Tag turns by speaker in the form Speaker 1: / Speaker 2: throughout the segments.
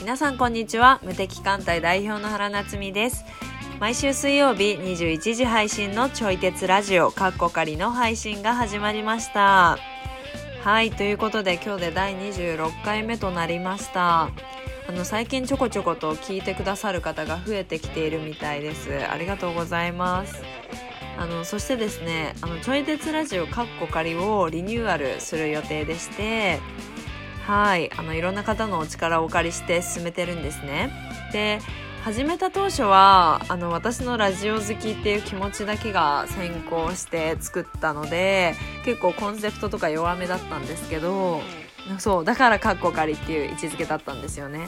Speaker 1: 皆さんこんにちは無敵艦隊代表の原夏実です毎週水曜日21時配信のちょい鉄ラジオカッコカリの配信が始まりましたはいということで今日で第26回目となりましたあの最近ちょこちょこと聞いてくださる方が増えてきているみたいですありがとうございますあのそしてですねあのちょい鉄ラジオカッコ仮をリニューアルする予定でしてはいあのいろんな方のお力をお借りして進めてるんですねで始めた当初はあの私のラジオ好きっていう気持ちだけが先行して作ったので結構コンセプトとか弱めだったんですけどそうだから「カッコ仮」っていう位置づけだったんですよね。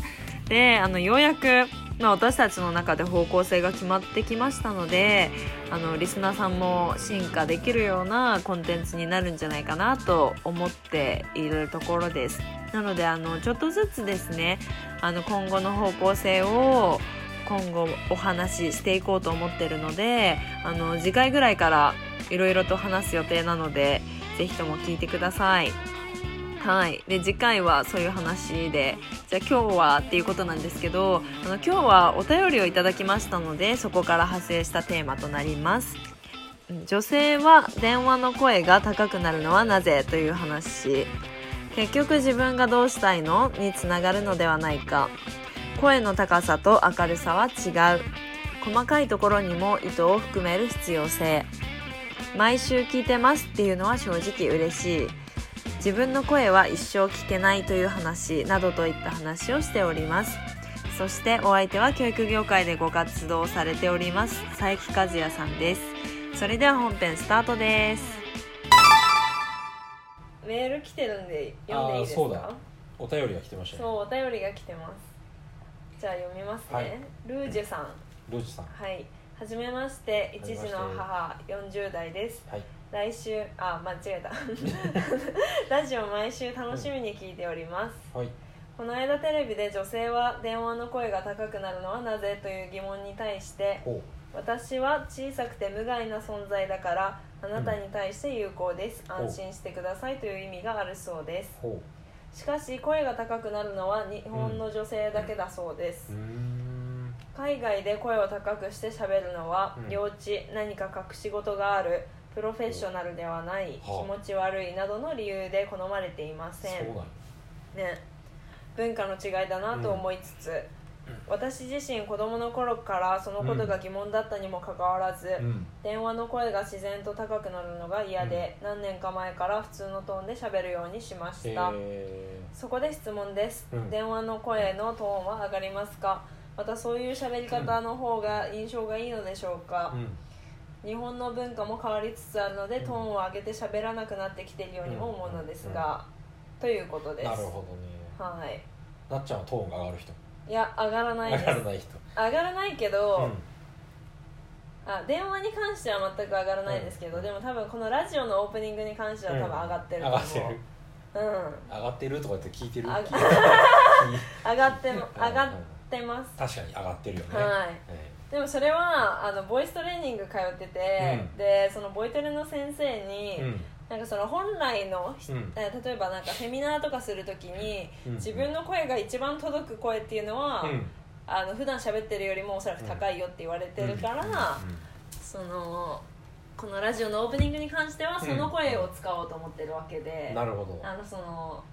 Speaker 1: であのようやく、まあ、私たちの中で方向性が決まってきましたのであのリスナーさんも進化できるようなコンテンツになるんじゃないかなと思っているところです。なのであのちょっとずつですねあの今後の方向性を今後お話ししていこうと思ってるのであの次回ぐらいからいろいろと話す予定なので是非とも聞いてください。はい、で次回はそういう話でじゃあ今日はっていうことなんですけどあの今日はお便りをいただきましたのでそこから派生したテーマとなります女性は電話の声が高くなるのはなぜという話結局自分がどうしたいのにつながるのではないか声の高さと明るさは違う細かいところにも意図を含める必要性毎週聞いてますっていうのは正直嬉しい自分の声は一生聞けないという話などといった話をしておりますそしてお相手は教育業界でご活動されております佐伯和也さんですそれでは本編スタートですメール来てるんで読んでいいですか
Speaker 2: あーそうだお便りが来てましたね
Speaker 1: そうお便りが来てますじゃあ読みますね、
Speaker 2: はい
Speaker 1: ルージュさん
Speaker 2: ロジさん
Speaker 1: はいはじめまして一児の母40代です
Speaker 2: はい
Speaker 1: 来週あ間違え たラジオ毎週楽しみに聞いております、
Speaker 2: はい
Speaker 1: この間テレビで女性は電話の声が高くなるのはなぜという疑問に対して
Speaker 2: ほ
Speaker 1: 私は小さくて無害な存在だからあなたに対して有効です、
Speaker 2: ん
Speaker 1: 安心してくださいという意味があるそうです
Speaker 2: うほ
Speaker 1: しかし声が高くなるのは日本の女性だけだそうです、
Speaker 2: ううーん
Speaker 1: 海外で声を高くして喋るのは
Speaker 2: うん
Speaker 1: 幼稚、何か隠し事があるプロフェッショナルではない、
Speaker 2: はあ
Speaker 1: 気持ち悪いなどの理由で好まれていま
Speaker 2: そ
Speaker 1: せ
Speaker 2: うんなの
Speaker 1: ね文化の違いだなと思いつつ、私自身子供の頃からそのことが疑問だったにもかかわらず、
Speaker 2: うん
Speaker 1: 電話の声が自然と高くなるのが嫌で、何年か前から普通のトーンで喋るようにしました、
Speaker 2: え
Speaker 1: そこで質問です、
Speaker 2: うん
Speaker 1: 電話の声のトーンは上がりますかまたそういう喋り方の方が印象がいいのでしょうか
Speaker 2: ー、うん
Speaker 1: 日本の文化も変わりつつあるのでトーンを上げて喋らなくなってきているようにも思うのですが、ということです
Speaker 2: なるほどね
Speaker 1: はい
Speaker 2: なっちゃんはトーンが上がる人
Speaker 1: いや上がらないで
Speaker 2: 上
Speaker 1: す
Speaker 2: がらない人
Speaker 1: 上がらないけ
Speaker 2: う
Speaker 1: ど
Speaker 2: ん、
Speaker 1: あ電話に関しては全く上がらないですけど、
Speaker 2: うん
Speaker 1: でも多分このラジオのオープニングに関しては多分上がってると
Speaker 2: 上
Speaker 1: 思
Speaker 2: がってる
Speaker 1: う、うん、
Speaker 2: 上がってるとか言って聞いてる
Speaker 1: あ
Speaker 2: 聞いてる聞
Speaker 1: 上がっても
Speaker 2: いてる
Speaker 1: 上がっ
Speaker 2: うん
Speaker 1: てます
Speaker 2: 確かに上がってるよね
Speaker 1: はい
Speaker 2: え
Speaker 1: でもそれはあのボイストレーニング通ってて、
Speaker 2: うん
Speaker 1: でそのボイトレの先生に、
Speaker 2: えうん
Speaker 1: なんかその本来の、ひ
Speaker 2: うん
Speaker 1: え例えばなんかセミナーとかするときに、
Speaker 2: うん
Speaker 1: 自分の声が一番届く声っていうのは、
Speaker 2: うん
Speaker 1: あの普段喋ってるよりもおそらく高いよって言われてるから、
Speaker 2: うんうん
Speaker 1: そのこのラジオのオープニングに関してはその声を使おうと思ってるわけで、
Speaker 2: なるほど
Speaker 1: あのその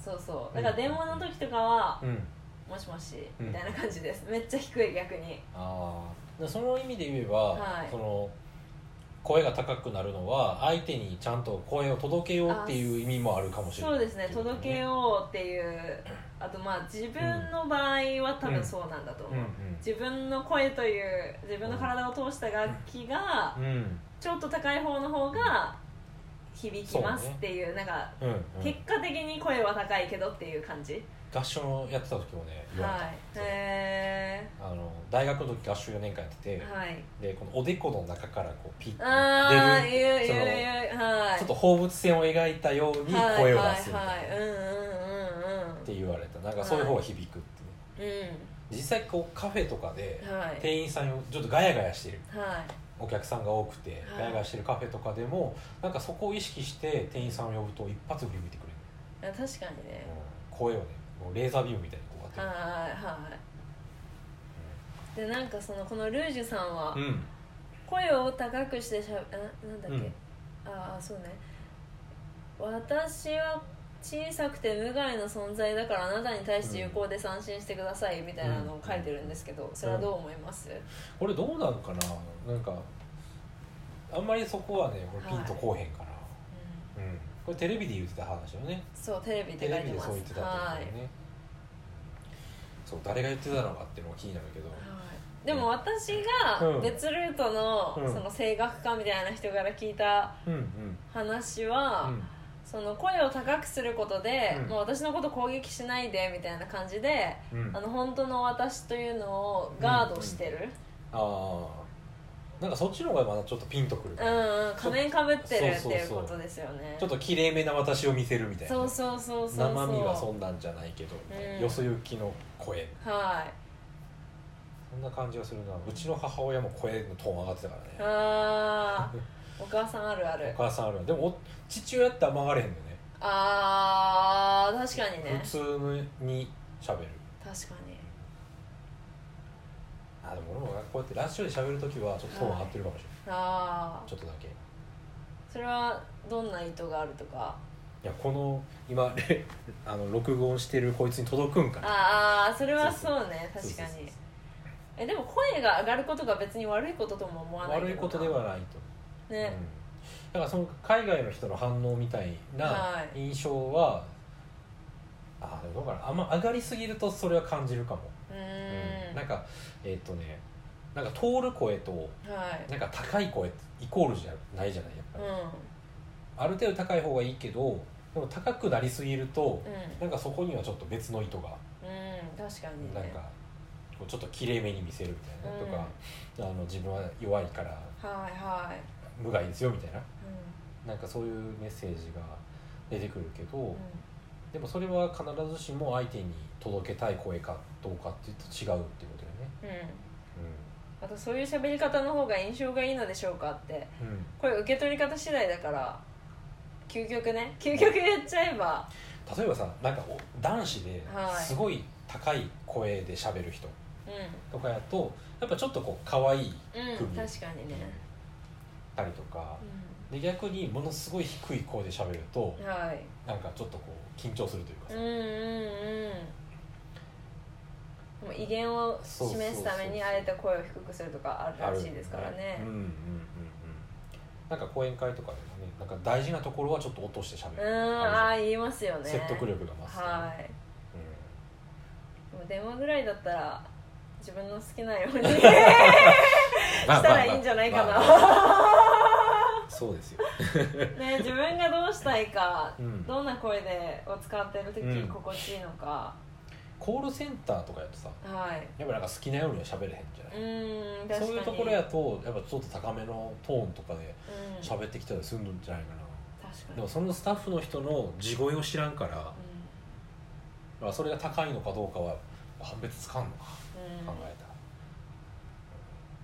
Speaker 1: そうそう
Speaker 2: う
Speaker 1: だ
Speaker 2: ん
Speaker 1: から電話の時とかは
Speaker 2: う、ん
Speaker 1: もしもし
Speaker 2: うん
Speaker 1: みたいな感じです、めっちゃ低い逆に
Speaker 2: ああその意味で言えば、
Speaker 1: はい
Speaker 2: その声が高くなるのは相手にちゃんと声を届けようっていう意味もあるかもしれ
Speaker 1: そ
Speaker 2: ない
Speaker 1: うですね届け
Speaker 2: う
Speaker 1: ようっていうあとまあ自分の場合は多分そうなんだと思う、
Speaker 2: ん
Speaker 1: 自分の声という自分の体を通した楽器が
Speaker 2: うんうん
Speaker 1: ちょっと高い方の方が響きます
Speaker 2: そうね
Speaker 1: っていうなんか
Speaker 2: うんうん
Speaker 1: 結果的に声は高いけどっていう感じ、
Speaker 2: 合唱やってた時もね言われた
Speaker 1: はいへ
Speaker 2: あの大学の時合唱4年間やって
Speaker 1: え
Speaker 2: て、
Speaker 1: はい
Speaker 2: でこのおでこの中からこうピッて
Speaker 1: ああ
Speaker 2: 出
Speaker 1: 言う
Speaker 2: る
Speaker 1: 言う
Speaker 2: そ
Speaker 1: 言
Speaker 2: の
Speaker 1: うはい
Speaker 2: ちょっと放物線を描いたように
Speaker 1: はい
Speaker 2: 声を出すみたいな
Speaker 1: はいはいうん
Speaker 2: って言われたなんかそういう方が響くってね、
Speaker 1: うんうんうん
Speaker 2: 実際こうカフェとかで
Speaker 1: うんはい
Speaker 2: 店員さんをちょっとガヤガヤしてる
Speaker 1: は
Speaker 2: お客さんが多くて
Speaker 1: はい
Speaker 2: ガヤガヤしてるカフェとかでもなんかそこを意識して店員さんを呼ぶと一発振り向いてくれる、
Speaker 1: あ確かにね
Speaker 2: うん声をねもうレーザービームみたいにこう
Speaker 1: はい
Speaker 2: やって
Speaker 1: はいでなんかそのこのルージュさんは
Speaker 2: うん
Speaker 1: 声を高くしてしゃべあなんだっけ、
Speaker 2: うん
Speaker 1: ああそうね私は小さくて無害な存在だからあなたに対して有効です安心してくださいみたいなのを書いてるんですけどそれはどう思います、
Speaker 2: これどうなのかななんかあんまりそこはね俺ピンとこうへんから、
Speaker 1: うん
Speaker 2: うん、これテレビで言ってた話よね
Speaker 1: そうテレビで
Speaker 2: テ
Speaker 1: 書い
Speaker 2: レ
Speaker 1: て
Speaker 2: ビで
Speaker 1: ま
Speaker 2: そう言って
Speaker 1: す
Speaker 2: たって
Speaker 1: は
Speaker 2: こと
Speaker 1: い
Speaker 2: ね、そう誰が言ってたのかっていうのが気になるけど、
Speaker 1: でも私が
Speaker 2: うん
Speaker 1: 別ルートの
Speaker 2: うん
Speaker 1: その声楽家みたいな人から聞いた
Speaker 2: うんうん
Speaker 1: 話は、
Speaker 2: うん
Speaker 1: その声を高くすることで、
Speaker 2: うん
Speaker 1: もう私のこと攻撃しないでみたいな感じで、
Speaker 2: うん
Speaker 1: あの本当の私というのをガードしてる、
Speaker 2: ああなんかそっちの方がまだちょっとピンとくる、
Speaker 1: うんうん仮面かぶってるって
Speaker 2: そう
Speaker 1: い
Speaker 2: そう
Speaker 1: う
Speaker 2: そう
Speaker 1: ことですよね
Speaker 2: ちょっときれいめな私を見せるみたいな
Speaker 1: そうそうそうそう
Speaker 2: 生身は
Speaker 1: そ
Speaker 2: そんなんじゃないけど、
Speaker 1: うん
Speaker 2: よそ行きの声
Speaker 1: うはい
Speaker 2: そんな感じがするなうちの母親も声のトーン上がってたからね
Speaker 1: あ ーお母さんあるあ
Speaker 2: お
Speaker 1: る
Speaker 2: 母さんあるでもお父親ってあんま上がれへんのよね
Speaker 1: あー確かにね
Speaker 2: 普通に喋る
Speaker 1: 確かに
Speaker 2: あでも俺もこうやってラジオで喋るときはちょっとトーン上がってるかもしれない、
Speaker 1: ああ
Speaker 2: ちょっとだけい
Speaker 1: それはどんな意図があるとか
Speaker 2: やこの今 れあの録音してるこいつに届くんかな
Speaker 1: あーあーそれはそうね
Speaker 2: そう
Speaker 1: 確
Speaker 2: そ
Speaker 1: か
Speaker 2: うそう
Speaker 1: にえでも声が上がることが別に悪いこととも思わない
Speaker 2: 悪いことではないと
Speaker 1: ね、
Speaker 2: うん、だからその海外の人の反応みたい
Speaker 1: は
Speaker 2: ない印象は、ああでもどうかなあんま上がりすぎるとそれは感じるかも、
Speaker 1: う
Speaker 2: う
Speaker 1: ーん
Speaker 2: なんかえーっ、とねなんか通る声と
Speaker 1: はい
Speaker 2: なんか高い声ってイコールじゃないじゃないやっぱ
Speaker 1: う
Speaker 2: り、
Speaker 1: ん
Speaker 2: ある程度高い方がいいけどでも高くなりすぎると、
Speaker 1: うん
Speaker 2: なんかそこにはちょっと別の意図が
Speaker 1: うん確かにね
Speaker 2: なんかこうちょっときれいめに見せるみたいな、
Speaker 1: うん
Speaker 2: とかあの自分は弱いから
Speaker 1: はいはい
Speaker 2: 無害ですよみたいな
Speaker 1: う
Speaker 2: なんかそういうメッセージが出てくるけど、
Speaker 1: ん
Speaker 2: でもそれは必ずしも相手に届けたい声かどうかっていうと違うっていうことよね。
Speaker 1: うん、うん、あとそういう喋り方の方が印象がいいのでしょうかって
Speaker 2: うんうん、
Speaker 1: これ受け取り方次第だから究極ね究極言っちゃえば
Speaker 2: 例えばさなんかお男子で
Speaker 1: はい
Speaker 2: すごい高い声で喋る人
Speaker 1: う
Speaker 2: とかやとやっぱちょっとこう可愛い
Speaker 1: んうん
Speaker 2: 組
Speaker 1: 確かにね、
Speaker 2: たりとか、で逆にものすごい低い声で喋ると
Speaker 1: うん、はい
Speaker 2: なんかちょっとこう緊張するというか
Speaker 1: う
Speaker 2: さ
Speaker 1: んうんうんでも威厳を示すためにあえて声を低くするとかあるらしいですからね
Speaker 2: あるうんうんうんうんなんか講演会とかでもねなんか大事なところはちょっと落として喋
Speaker 1: う
Speaker 2: る
Speaker 1: んああ言いますよね
Speaker 2: 説得力が増す、
Speaker 1: はい
Speaker 2: うん
Speaker 1: でも電話ぐらいだったら自分の好きなよ うに
Speaker 2: まあ
Speaker 1: したらいいんじゃないかな
Speaker 2: まあまあそうですよ、
Speaker 1: ね自分がどうしたいか
Speaker 2: うん、
Speaker 1: どんな声でを使ってる
Speaker 2: う
Speaker 1: 時
Speaker 2: ん
Speaker 1: 心地いいのか、
Speaker 2: コールセンターとかやとさ
Speaker 1: はい
Speaker 2: やっぱなんか好きなようには喋れへんじゃな
Speaker 1: う
Speaker 2: い、
Speaker 1: ーん確かに
Speaker 2: そういうところやとやっぱちょっと高めのトーンとかで
Speaker 1: うん確か
Speaker 2: 喋ってきたりするんじゃないかな、
Speaker 1: に
Speaker 2: でもそのスタッフの人の地声を知らんから、
Speaker 1: う
Speaker 2: まあ、それが高いのかどうかは判別つかんのか
Speaker 1: んうん
Speaker 2: 考えたら、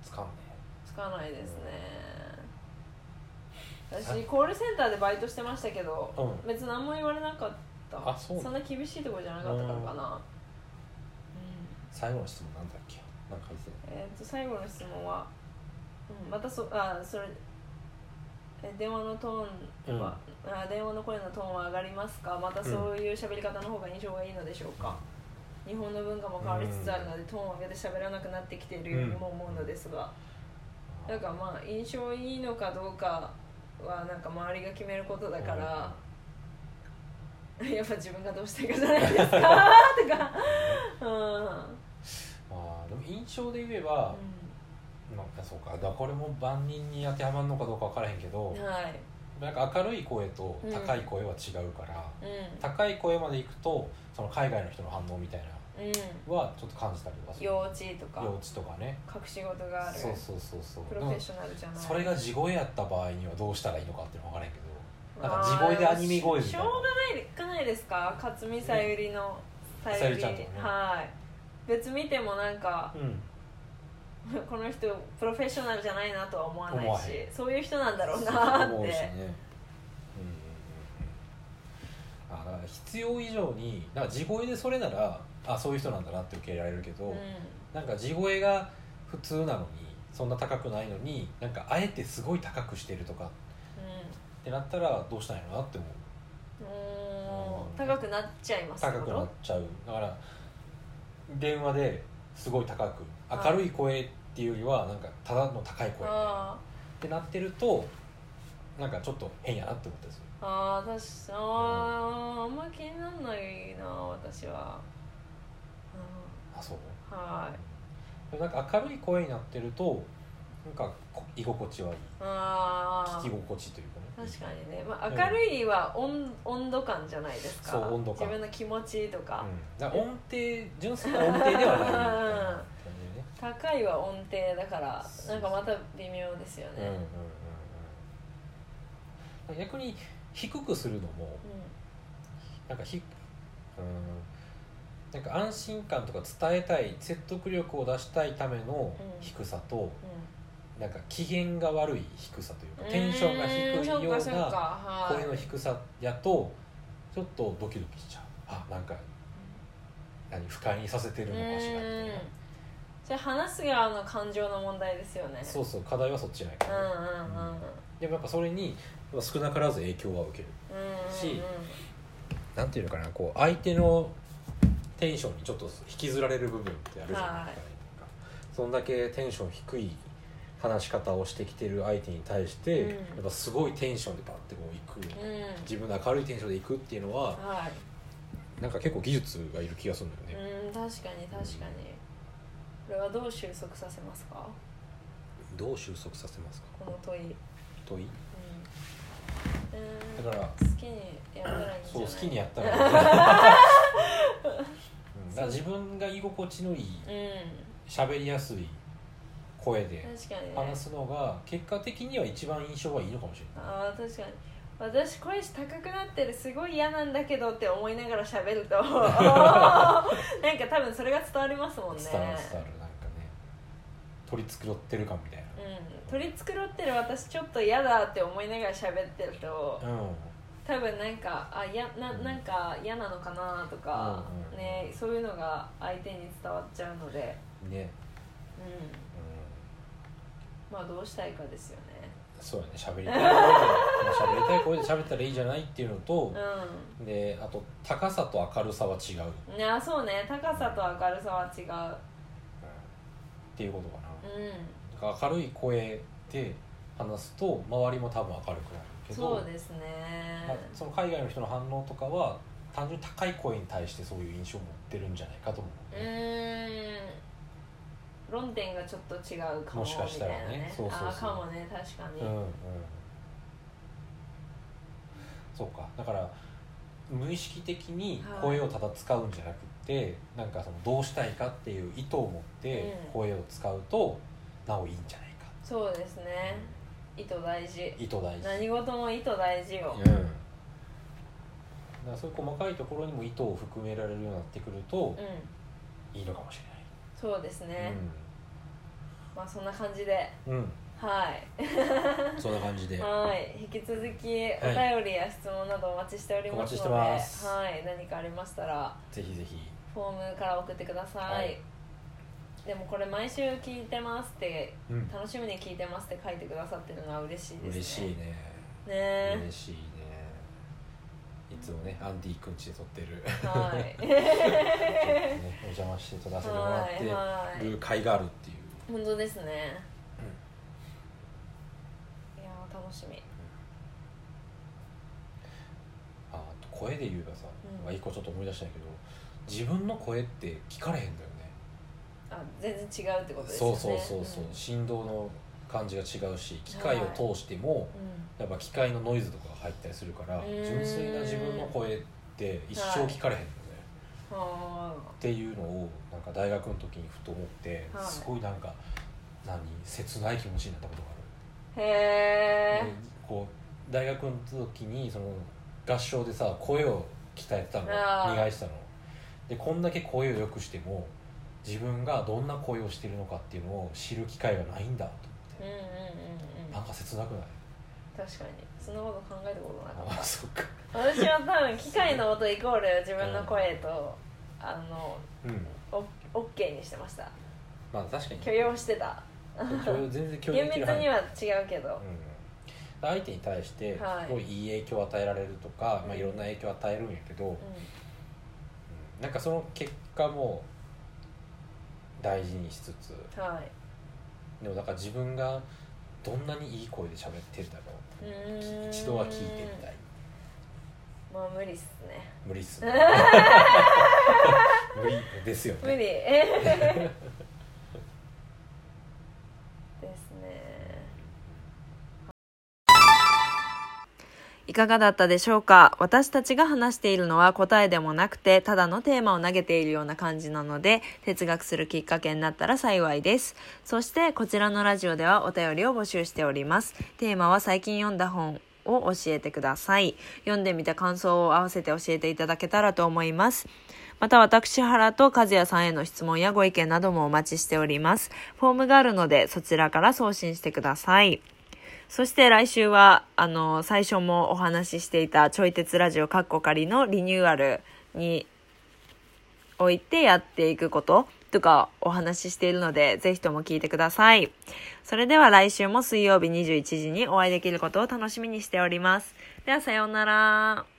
Speaker 2: つかんね
Speaker 1: つかないですね私コールセンターでバイトしてましたけど
Speaker 2: うん
Speaker 1: 別に何も言われなかった
Speaker 2: あそうなの
Speaker 1: んな厳しいところじゃなかったからかな、
Speaker 2: 最後の質問なんだっけなんか言って
Speaker 1: うんえっ、と最後の質問は、うん、またそあそれえ電話のトーンは、あ電話の声のトーンは上がりますかまたそういう喋り方の方が印象がいいのでしょうか、日本の文化も変わりつつあるので、トーンを上げて喋らなくなってきているようにも思うのですが、
Speaker 2: た
Speaker 1: なんかまあ印象いいのかどうかはなんか周りが決めることだから、やっぱ自分がどうしたいかじゃない ですかとかうん、
Speaker 2: まあでも印象で言えば、まあそうかだからこれも万人に当てはまるのかどうか分からへんけど、
Speaker 1: うん、はい、
Speaker 2: なんか明るい声と高い声は違うから、
Speaker 1: う
Speaker 2: 高い声までいくとその海外の人の反応みたいなん
Speaker 1: うん、
Speaker 2: のはちょっと感じたりはする
Speaker 1: 幼稚とか
Speaker 2: 幼稚とかね
Speaker 1: 隠し事がある
Speaker 2: そうそうそうそう
Speaker 1: プロフェッショナルじゃない
Speaker 2: それが地声やった場合にはどうしたらいいのかっていうのは分からへんけどなんか地声でアニメ声み
Speaker 1: したし
Speaker 2: い
Speaker 1: ょ
Speaker 2: な
Speaker 1: うがないかないですか勝見さゆりのさゆり、
Speaker 2: さゆりちゃんとかね
Speaker 1: はい別見てもなんか
Speaker 2: うん
Speaker 1: この人プロフェッショナルじゃないなとは思わない
Speaker 2: 思わ
Speaker 1: し
Speaker 2: へん
Speaker 1: そういう人なんだろうな
Speaker 2: そ
Speaker 1: っ
Speaker 2: う思うし
Speaker 1: て
Speaker 2: ねうんうんうんあだから必要以上になんか地声でそれならあそういう人なんだなって受け入れられるけど、
Speaker 1: うん
Speaker 2: なんか地声が普通なのにそんな高くないのになんかあえてすごい高くしてるとかってなったらどうしたんやろなって思う
Speaker 1: うんうん高くなっちゃいます
Speaker 2: 高くなっちゃうだから電話ですごい高く明るい声っていうよりはなんかただの高い声っ
Speaker 1: あ
Speaker 2: てなってるとなんかちょっと変やなって思ったりする
Speaker 1: ーあー確かあーあんま気にならないな私は、
Speaker 2: あそう
Speaker 1: うん、はい
Speaker 2: でもなんか明るい声になってるとなんかこ居心地はいい
Speaker 1: ああ
Speaker 2: 聞き心地というかね
Speaker 1: 確かにね、まあ、明るいは温,、温度感じゃないですか
Speaker 2: そう温度感
Speaker 1: 自分の気持ちとか、
Speaker 2: うん、だから音程純粋な音程ではないみたいな感じでね
Speaker 1: 高いは音程だからなんかまた微妙ですよ
Speaker 2: うんうんうん
Speaker 1: ね、
Speaker 2: うん逆に低くするのもなんかひうんなんか安心感とか伝えたい説得力を出したいための
Speaker 1: うん
Speaker 2: 低さと、
Speaker 1: うん
Speaker 2: なんか機嫌が悪い低さというか
Speaker 1: うん
Speaker 2: テンションが低いよ
Speaker 1: そうかそううか
Speaker 2: な
Speaker 1: はい
Speaker 2: 声の低さやとちょっとドキドキしちゃうあなんか何不快にさせてるのかしらみたいな
Speaker 1: うんそれ話す側の感情の問題ですよね
Speaker 2: そうそう課題はそっちじゃないか
Speaker 1: うんうん
Speaker 2: な、でもやっぱそれに少なからず影響は受ける
Speaker 1: うんうんうんうん
Speaker 2: しなんていうのかなこう相手のテンションにちょっと引きずられる部分ってあるじゃない
Speaker 1: はい
Speaker 2: ですか、そんだけテンション低い話し方をしてきてる相手に対して、
Speaker 1: うん
Speaker 2: やっぱすごいテンションでバッてこういく、
Speaker 1: うん
Speaker 2: 自分の明るいテンションでいくっていうのは
Speaker 1: はい
Speaker 2: なんか結構技術がいる気がするんだよね、
Speaker 1: うん確かに確かにこれはどう収束させますか
Speaker 2: どう収束させますか
Speaker 1: この問い、うん
Speaker 2: 問い
Speaker 1: うん、
Speaker 2: だから
Speaker 1: 好きにやったらいいんじゃない
Speaker 2: そう好きにやったらうんだから自分が居心地のいい
Speaker 1: うん
Speaker 2: 喋りやすい声で
Speaker 1: 確かにね
Speaker 2: 話すのが結果的には一番印象はいいのかもしれない
Speaker 1: あー確かに私声高くなってるすごい嫌なんだけどって思いながら喋 るとなんか多分それが伝わりますもんね
Speaker 2: 伝わる伝わるなんかね取り繕ってる感みたい
Speaker 1: うん取り繕ってる私ちょっと嫌だって思いながら喋ってると
Speaker 2: なうん
Speaker 1: 多分なんかあいやななんか嫌なのかなとか、
Speaker 2: うんうん
Speaker 1: ねそういうのが相手に伝わっちゃうので、
Speaker 2: ね、
Speaker 1: うん、
Speaker 2: う
Speaker 1: まあどうしたいかですよね
Speaker 2: ん、そうやね喋りたい声で喋りたい声で喋ったらいいじゃないっていうのと、であと高さと明るさは違う、っ
Speaker 1: うんいやそうね高さと明るさは違う
Speaker 2: ていうことかな、
Speaker 1: うん
Speaker 2: なんか明るい声で話すと周りも多分明るくなるけど
Speaker 1: そうですね、
Speaker 2: まあその海外の人の反応とかは単純に高い声に対してそういう印象を持ってるんじゃないかと思う、
Speaker 1: うーん論点がちょっと違うかも
Speaker 2: もしかしたらね
Speaker 1: みたいな
Speaker 2: そうそうそう
Speaker 1: あーかもね確かに、
Speaker 2: うんうんそうかだから無意識的に声をただ使うんじゃなくて、なんかそのどうしたいかっていう意図を持って
Speaker 1: うん
Speaker 2: 声を使うとなおいいんじゃないか、
Speaker 1: そうですね意図大事
Speaker 2: 意図大事
Speaker 1: 何事も意図大事よ
Speaker 2: うん、だからそういう細かいところにも意図を含められるようになってくると
Speaker 1: うん
Speaker 2: いいのかもし
Speaker 1: そうです
Speaker 2: れない
Speaker 1: ね、、まあそんな感じで
Speaker 2: うん、 うん、
Speaker 1: はい
Speaker 2: そんな感じで
Speaker 1: はい引き続きお便りや質問などお待ちしておりますので、
Speaker 2: お待ちしてます
Speaker 1: はい何かありましたら
Speaker 2: ぜひぜひ
Speaker 1: フォームから送ってください、
Speaker 2: はい
Speaker 1: でもこれ毎週聞いてますって
Speaker 2: うん
Speaker 1: 楽しみに聞いてますって書いてくださってるのは嬉しいですね
Speaker 2: 嬉しいね
Speaker 1: ねえ
Speaker 2: 嬉しいねいつもねアンディくんちで撮って る
Speaker 1: はい。
Speaker 2: ねお邪魔して撮らせてもら
Speaker 1: はい
Speaker 2: っ
Speaker 1: は
Speaker 2: て
Speaker 1: い。
Speaker 2: る甲斐があるっていう
Speaker 1: 本当ですね。いやー楽しみ。
Speaker 2: ああと声で言えばさ
Speaker 1: うん
Speaker 2: まあ一個ちょっと思い出したんやけど自分の声って聞かれへんだよね
Speaker 1: あ全然違うってことですよ
Speaker 2: そう
Speaker 1: ね。
Speaker 2: そうそうそう、振動の感じが違うし機械を通しても
Speaker 1: う
Speaker 2: やっぱ機械のノイズとかが入ったりするから
Speaker 1: うーん
Speaker 2: 純粋な自分の声って一生聞かれへんのね、
Speaker 1: ん。は
Speaker 2: っていうのをなんか大学の時にふと思って、
Speaker 1: はい
Speaker 2: すごいなんか何切ない気持ちになったことが
Speaker 1: ーへ
Speaker 2: ある、でこう大学の時にその合唱でさ声を鍛えてたの
Speaker 1: あー
Speaker 2: 磨いてたのでこんだけ声を良くしても自分がどんな恋をしてるのかっていうのを知る機会がないんだと
Speaker 1: うんうんうんうん
Speaker 2: なんか切なくない
Speaker 1: 確かにそんなこと考えたことなかった
Speaker 2: あそっか
Speaker 1: 私は多分機械の音イコール自分の声と、あの
Speaker 2: うん
Speaker 1: オオッケーにしてました
Speaker 2: まあ確かに
Speaker 1: 許容してた
Speaker 2: 許 容全然許容
Speaker 1: 厳
Speaker 2: で
Speaker 1: 密
Speaker 2: きる範囲
Speaker 1: には違うけど
Speaker 2: うん相手に対してす
Speaker 1: はい
Speaker 2: ごいいい影響を与えられるとか、いまあ、いろんな影響を与えるんやけど、
Speaker 1: う
Speaker 2: なんかその結果も大事にしつつ
Speaker 1: んはい
Speaker 2: でもだから自分がどんなにいい声で喋ってるだろ
Speaker 1: う
Speaker 2: う、
Speaker 1: ーん
Speaker 2: 一度は聞いてみたい
Speaker 1: まあ無理っすね
Speaker 2: 無理っす ね無理ですよ
Speaker 1: 無
Speaker 2: ね
Speaker 1: 理 ですねいかがだったでしょうか私たちが話しているのは答えでもなくてただのテーマを投げているような感じなので哲学するきっかけになったら幸いですそしてこちらのラジオではお便りを募集しておりますテーマは最近読んだ本を教えてください読んでみた感想を合わせて教えていただけたらと思いますまた私原と和也さんへの質問やご意見などもお待ちしておりますフォームがあるのでそちらから送信してくださいそして来週は、あの、最初もお話ししていた、ちょい鉄ラジオカッコ仮のリニューアルにおいてやっていくこととかお話ししているので、ぜひとも聞いてください。それでは来週も水曜日21時にお会いできることを楽しみにしております。では、さようなら。